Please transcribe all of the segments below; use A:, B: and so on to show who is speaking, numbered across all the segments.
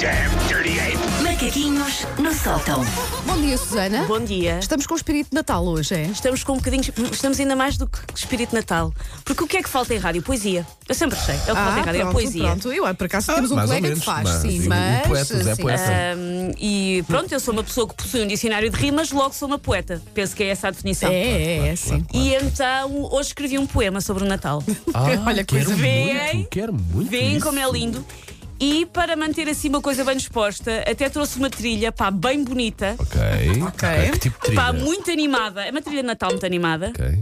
A: damn dirty ape!
B: Macaquinhos no sótão.
C: Bom dia, Susana.
D: Bom dia.
C: Estamos com o espírito de Natal hoje, é?
D: Estamos com um bocadinho, estamos ainda mais do que espírito de natal. Porque o que é que falta em rádio? Poesia. Eu sempre achei. É o que falta em rádio, é
C: Ah, pronto,
D: poesia.
C: pronto. Eu, por acaso, temos um
E: mais ou
C: colega
E: menos,
C: que faz,
E: mas
C: sim,
E: o- o
C: mas...
E: poeta, o Zé
C: sim. Ah,
E: Poeta. é
D: Ahm, e pronto, eu sou uma pessoa que possui um dicionário de rimas, logo sou uma poeta. Penso que é essa a definição.
C: É, é, é, sim.
D: E então, hoje escrevi um poema sobre o Natal.
C: Olha, coisa
E: Ah, quero
D: bem.
E: muito, quero muito.
D: Vêem
E: isso.
D: como é lindo. E para manter assim uma coisa bem disposta, até trouxe uma trilha, pá, bem bonita,
E: Ok.
C: Ok.
E: Que tipo de trilha?
D: pá, muito animada. É uma trilha de Natal muito animada.
E: Ok.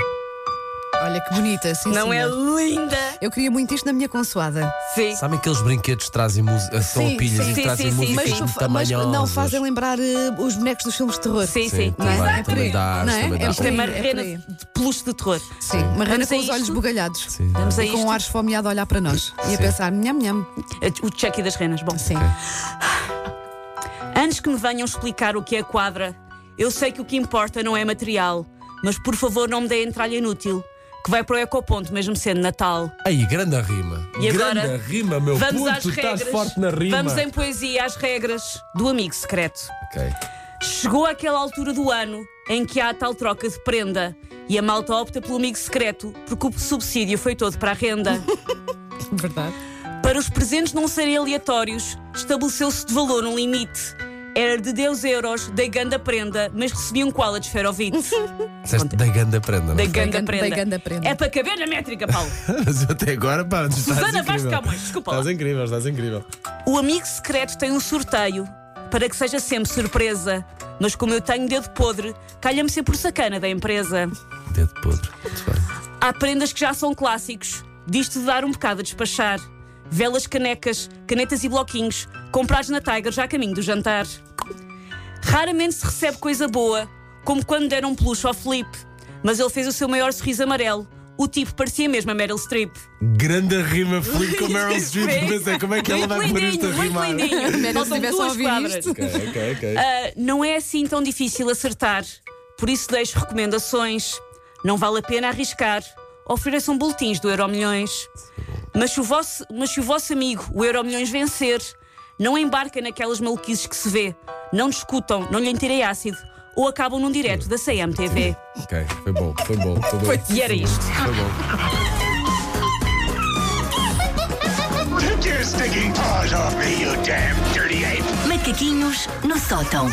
C: Olha que bonita, sim,
D: Não é
C: senhor.
D: linda?
C: Eu queria muito isto na minha consoada.
D: Sim.
E: Sabem aqueles brinquedos que trazem música, são
C: Sim,
E: pilhas
C: sim,
E: e
D: sim,
E: trazem
D: sim, sim.
E: músicas
C: Mas,
E: muito
C: mas
E: tamanhosas?
C: não fazem lembrar eh, os bonecos dos filmes de terror.
D: Sim, sim.
E: Sim,
D: Não
E: também,
C: é? É por aí,
E: também dá,
C: não é?
E: também dá.
C: É por
D: Isto é
C: aí.
D: uma rena de peluche de terror.
C: Sim, uma rana
D: Vamos
C: com
D: a
C: os
D: isto?
C: olhos bugalhados.
E: Sim.
D: Vamos a
C: E com
D: isto.
C: o ar esfomeado a olhar para nós. E a
E: Sim.
C: pensar, nham, nham.
D: O check das renas. Bom,
C: Sim.
D: Antes que me venham explicar o que é quadra, eu sei que o que importa não é material, mas por favor não me deem entralha inútil, que vai para o ecoponto mesmo sendo Natal.
E: Aí, grande a rima.
D: E
E: grande
D: agora,
E: a rima, meu
D: Vamos
E: puto,
D: às regras.
E: estás forte na rima.
D: Vamos em poesia às regras do amigo secreto.
E: Ok.
D: Chegou aquela altura do ano em que há a tal troca de prenda e a malta opta pelo amigo secreto porque o subsídio foi todo para a renda.
C: Verdade.
D: Para os presentes não serem aleatórios, estabeleceu-se de valor um limite. Era de 10 euros, dei ganda prenda, mas recebi um koala de esferovite.
E: Disseste da ganda prenda, não
D: Da
E: foi?
D: ganda
C: ganda-
D: prenda.
C: da ganda prenda.
D: É para caber na métrica, Paulo.
E: Mas eu até agora, pá, tu estás
D: Susana Vasco
E: incrível.
D: Camões, desculpa lá.
E: Estás incrível, estás incrível.
D: o amigo secreto tem um sorteio para que seja sempre surpresa. Mas como eu tenho dedo podre, calha-me sempre o sacana da empresa.
E: Dedo podre. Muito bem.
D: Há prendas que já são clássicos. Disto de dar um bocado a despachar. Velas, canecas, canetas e bloquinhos, comprados na Tiger já a caminho do jantar. Raramente se recebe coisa boa, como quando deram um peluche ao Felipe. Mas ele fez o seu maior sorriso amarelo. O tipo parecia mesmo a Meryl Streep.
E: Grande a rima, fui com Meryl Streep. Pensei, como é que ela vai
D: Muito
E: pôr isto a
D: lindinho, muito
E: rimar?
D: lindinho.
C: Meryl
D: Faltam
C: Streep é só
D: duas
C: ouvir
D: quadras.
C: isto.
E: Ok, ok, ok.
D: Ah, não é assim tão difícil acertar. Por isso deixo recomendações. Não vale a pena arriscar. Ofereçam boletins do Euromilhões. Mas se o vosso, mas se o vosso amigo, o Euromilhões, vencer, não embarquem naquelas maluquices que se vê. Não discutam, não lhe tirem ácido. Ou acabam num direto da CMTV.
E: Ok, foi bom, foi bom, foi bom.
D: é. E era isto.
E: Foi bom.
A: Take your stinking paws off me, you damn dirty ape!
B: Macaquinhos no sótão.